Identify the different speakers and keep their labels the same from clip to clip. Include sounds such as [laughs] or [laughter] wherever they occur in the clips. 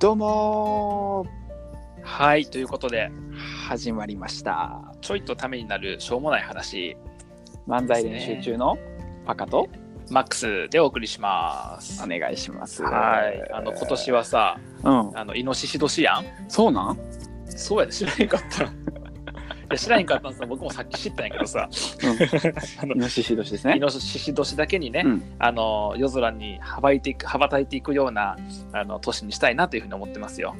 Speaker 1: どうも
Speaker 2: はい、ということで、
Speaker 1: ー始まりました
Speaker 2: ちょいとためになるしょうもない話、
Speaker 1: 漫才練習中のパカと
Speaker 2: マックスでお送りします。
Speaker 1: お願いします
Speaker 2: はい、あの今年はさ、
Speaker 1: うん
Speaker 2: あのイノシシ年やん。
Speaker 1: そうなん
Speaker 2: そうやで、知らへんかった。 [laughs] いや、知らへんかったんですよ僕もさっき知ったんやけどさ、あの
Speaker 1: イノシシ年です
Speaker 2: イ
Speaker 1: ね
Speaker 2: ノシシ年だけにね、
Speaker 1: うん
Speaker 2: あの夜空に羽ばいていく羽ばたいていくようなあの年にしたいなというふうに思ってますよ。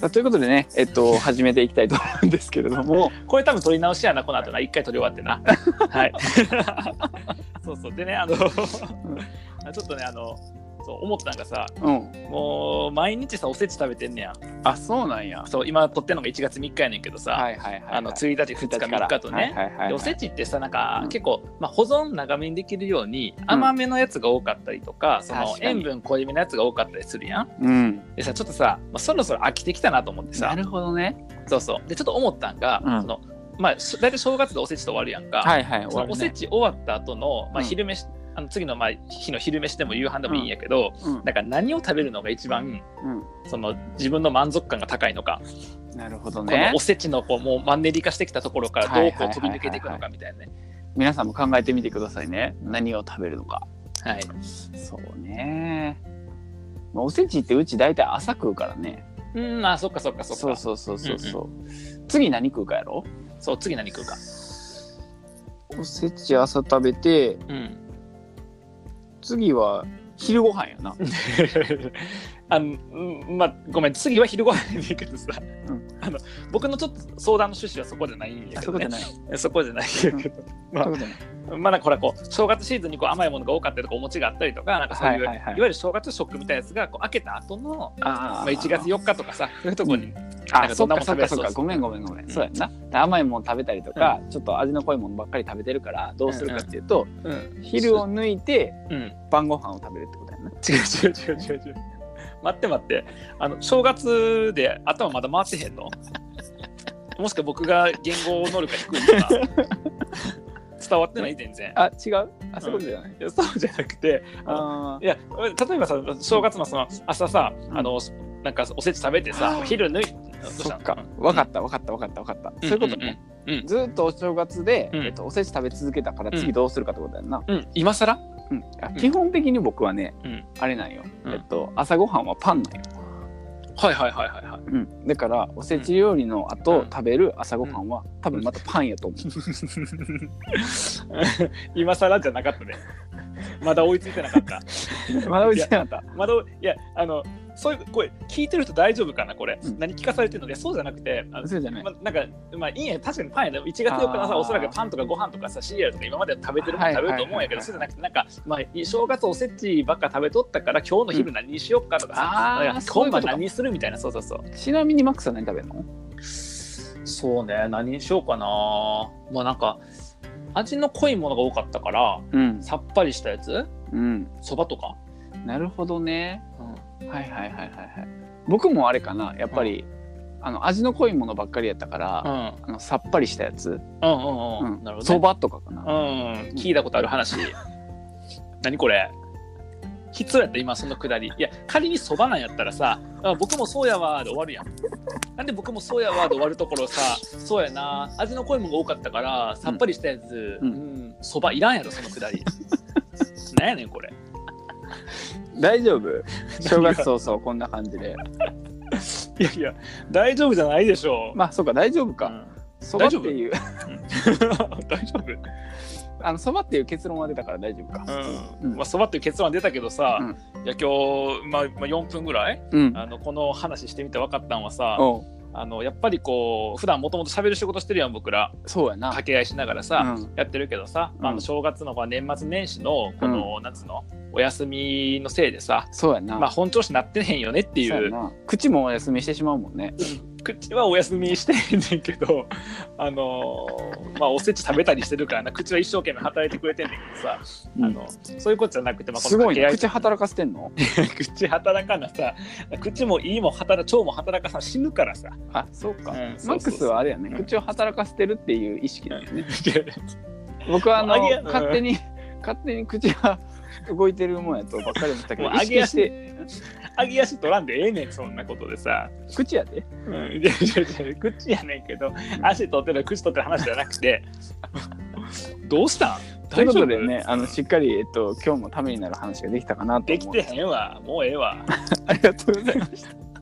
Speaker 1: さあということでねえっと始めていきたいと思うんですけれども
Speaker 2: これ多分撮り直しやな、この後な、一回撮り終わっ
Speaker 1: [laughs]
Speaker 2: てな。はい。そうそう、でね、あの、ち [laughs] ょっとね、あの、 [laughs] そう思ったんがさ、
Speaker 1: うん
Speaker 2: もう毎日さおせち食べてんねや
Speaker 1: あそうなんや
Speaker 2: そう今撮ってんのが1月3日やねんけどさ、
Speaker 1: はいはいはいはい
Speaker 2: あの1日2日3日とね、
Speaker 1: はいはいはい
Speaker 2: でおせちってさなんか、
Speaker 1: うん
Speaker 2: 結構、まあ、保存長めにできるように甘めのやつが多かったりとか、その
Speaker 1: 確かに
Speaker 2: 塩分濃いめのやつが多かったりするやん
Speaker 1: うん
Speaker 2: でさちょっとさ、まあ、そろそろ飽きてきたなと思ってさ
Speaker 1: なるほどね
Speaker 2: そうそうでちょっと思ったんが、
Speaker 1: うん
Speaker 2: そのまあし大体正月でおせちと終わるやんか、
Speaker 1: はいはい
Speaker 2: そのおせち終わった後の、まあ、
Speaker 1: うん
Speaker 2: 昼飯、あの次のまあ日の昼飯でも夕飯でもいいんやけど、
Speaker 1: うん
Speaker 2: なんか何を食べるのが一番、
Speaker 1: う
Speaker 2: その自分の満足感が高いのか、
Speaker 1: んなるほど
Speaker 2: この
Speaker 1: ね
Speaker 2: おせちのこうもうマンネリ化してきたところからどうこ
Speaker 1: は
Speaker 2: う
Speaker 1: いはいはいはい
Speaker 2: 飛び抜けていくのかみたいなね。
Speaker 1: 皆さんも考えてみてくださいね何を食べるのか
Speaker 2: はい、
Speaker 1: そうね。まあおせちってうち大体朝食うからね。
Speaker 2: うんあそっかそっかそっか
Speaker 1: そうそうそうそうそう。次何食うかやろ
Speaker 2: そう次何食うか、
Speaker 1: おせち朝食べて、
Speaker 2: うん、 [laughs]
Speaker 1: 次は昼ご飯やな。
Speaker 2: あのうんまあごめん次は昼ご飯にいけどさ、
Speaker 1: うん
Speaker 2: あの僕のちょっと相談の趣旨はそこじゃないんや
Speaker 1: あそ
Speaker 2: けど、
Speaker 1: ういうこと
Speaker 2: ね、
Speaker 1: ない。
Speaker 2: そこじゃないけど、まあ
Speaker 1: そういうことない。
Speaker 2: まあなんかほらこう正月シーズンにこう甘いものが多かったりとかお餅があったりとかなんかそうい
Speaker 1: はい
Speaker 2: う、い
Speaker 1: はいはい
Speaker 2: わゆる正月食みたいなやつがこう開けた後の
Speaker 1: あ
Speaker 2: まあ、1月4日とかさそういうとこに、
Speaker 1: うん
Speaker 2: なん
Speaker 1: あ、
Speaker 2: か
Speaker 1: そ
Speaker 2: ど
Speaker 1: っ
Speaker 2: んなも
Speaker 1: かそっ
Speaker 2: ん食べ
Speaker 1: か
Speaker 2: る
Speaker 1: そっか。ごめんごめんごめん。
Speaker 2: うん
Speaker 1: そうやんな。甘いもん食べたりとか、ちょっと味の濃いものばっかり食べてるから、どうするかっていうと、
Speaker 2: うん
Speaker 1: 昼を抜いて
Speaker 2: うん、
Speaker 1: 晩ご飯を食べるってことやな。
Speaker 2: 違う違う違う違う違う待って待ってあの正月で頭まだ回ってへんのもしか僕が言語能力が低いのか伝わってない全然
Speaker 1: あ、違うあ、そういうことじゃない。
Speaker 2: いやそうじゃなくてあ
Speaker 1: あ
Speaker 2: のいや例えばさ正月のその朝さ、
Speaker 1: うん
Speaker 2: あのなんかおせち食べてさ昼抜い
Speaker 1: あ、
Speaker 2: どうし
Speaker 1: そ
Speaker 2: た
Speaker 1: っ
Speaker 2: の
Speaker 1: か。わかったわかったわかったわかった。そういうことね。
Speaker 2: うんうんうん
Speaker 1: ずーっとお正月で、
Speaker 2: うん
Speaker 1: えっと、おせち食べ続けたから
Speaker 2: う
Speaker 1: 次
Speaker 2: ん
Speaker 1: どうするかってことやんな、
Speaker 2: うん今更
Speaker 1: うんあ基本的に僕はね、
Speaker 2: うん
Speaker 1: あれなんよ、
Speaker 2: うん
Speaker 1: えっと、朝ごはんはパンなんよ、
Speaker 2: はいはいはいはい [laughs] はい
Speaker 1: うん、だからおせち料理の後、
Speaker 2: うん
Speaker 1: 食べる朝ごはんは多分またパンやと思う、
Speaker 2: 今更じゃなかったねまだ追いついてなかった
Speaker 1: [laughs] まだおいしくなかった
Speaker 2: まだいやあのそういうこれ聞いてる人大丈夫かなこれ、
Speaker 1: うん
Speaker 2: 何聞かされてるのいやそうじゃなくてあの
Speaker 1: そうじゃない、
Speaker 2: ま、なんかまあいいんや確かにパンやで1月4日の
Speaker 1: あー
Speaker 2: さおそらくパンとかご飯とかさシリアルとか今まで食べてるも
Speaker 1: は
Speaker 2: ん
Speaker 1: い
Speaker 2: 食べると思うん
Speaker 1: はいは
Speaker 2: やけど
Speaker 1: いはい
Speaker 2: そうじゃなくてなんか、まあ、正月おせちばっか食べとったから今日の昼何にしようかとか
Speaker 1: あ
Speaker 2: さ、
Speaker 1: ー
Speaker 2: なんか
Speaker 1: そうい
Speaker 2: 今
Speaker 1: うこ
Speaker 2: 晩
Speaker 1: とか
Speaker 2: 何するみたいなそうそうそう
Speaker 1: ちなみにマックスは何食べるの
Speaker 2: そうね何にしようかなまあなんか味の濃いものが多かったから
Speaker 1: うん
Speaker 2: さっぱりしたやつ
Speaker 1: うん
Speaker 2: そばとか、
Speaker 1: なるほどねはいはいはいはいはい僕もあれかなやっぱり、あの味の濃いものばっかりやったから、
Speaker 2: うん、うん
Speaker 1: あのさっぱりしたやつ
Speaker 2: うんうんうんなるほどね、
Speaker 1: そば、蕎麦とかかな、
Speaker 2: うん、聞いたことある話。何これ必要やった今そのくだり。いや、仮にそばなんやったらさ、あ僕もそうやわーで終わるやん。なんで僕もそうやわーで終わるところさ、そうやな、味の濃いものが多かったから、さっぱりしたやつ、
Speaker 1: う
Speaker 2: うんん、そ、ば、いらんやろ、その
Speaker 1: [laughs]
Speaker 2: くだり。なんやねん、これ。
Speaker 1: 大
Speaker 2: [laughs]
Speaker 1: 丈夫正月早々こんな感じで
Speaker 2: いやいや、大丈夫じゃないでしょう。
Speaker 1: まあそうか大丈夫か、そばっていう
Speaker 2: [laughs] 大丈夫
Speaker 1: [laughs] あのそばっていう結論は出たから大丈夫か
Speaker 2: うんまあ、そばっていう結論は出たけどさ、
Speaker 1: うん
Speaker 2: いや今日、まあ、まあ4分ぐらい
Speaker 1: うん
Speaker 2: あのこの話してみて分かったんはさ、
Speaker 1: おう
Speaker 2: あのやっぱりこう普段もともと喋る仕事してるやん僕ら
Speaker 1: そうやな
Speaker 2: 掛け合いしながらさ、
Speaker 1: うん
Speaker 2: やってるけどさ、
Speaker 1: うん
Speaker 2: あの正月のこう年末年始のこの夏のお休みのせいでさ、
Speaker 1: そうやな、
Speaker 2: まあ本調子なってへんよねってい
Speaker 1: そうや
Speaker 2: う
Speaker 1: な口もお休みしてしまうもんね
Speaker 2: 口はお休みしてへんねんけど [laughs] あのーまあおせち食べたりしてるからな口は一生懸命働いてくれてんねんけどさ、あのそういうことじゃなくて、まあ、こ
Speaker 1: す
Speaker 2: の
Speaker 1: ご
Speaker 2: 掛
Speaker 1: い
Speaker 2: け合
Speaker 1: ない口働かせてんの
Speaker 2: 口働かなさ口もいいも働腸も働かさ死ぬからさ
Speaker 1: あそうか、
Speaker 2: うんそうそうそう
Speaker 1: マックスはあれやね
Speaker 2: うん
Speaker 1: 口を働かせてるっていう意識だよね僕はあの
Speaker 2: あげうん
Speaker 1: 勝手に勝手に口は動いてるもんやとばっかり思ったけど
Speaker 2: もう揚げ
Speaker 1: 意識して
Speaker 2: 揚げ足取らんでええねんそんなことでさ、
Speaker 1: 口やで
Speaker 2: うん、いやいやいや口やねんけど足取ってる口取ってる話じゃなくてどうしたん
Speaker 1: という
Speaker 2: 大
Speaker 1: こ
Speaker 2: 丈
Speaker 1: と
Speaker 2: 夫
Speaker 1: でねあのしっかり、えっと、今日もためになる話ができたかなと
Speaker 2: でき
Speaker 1: 思う
Speaker 2: てへんわもうええわ
Speaker 1: ありがとうございました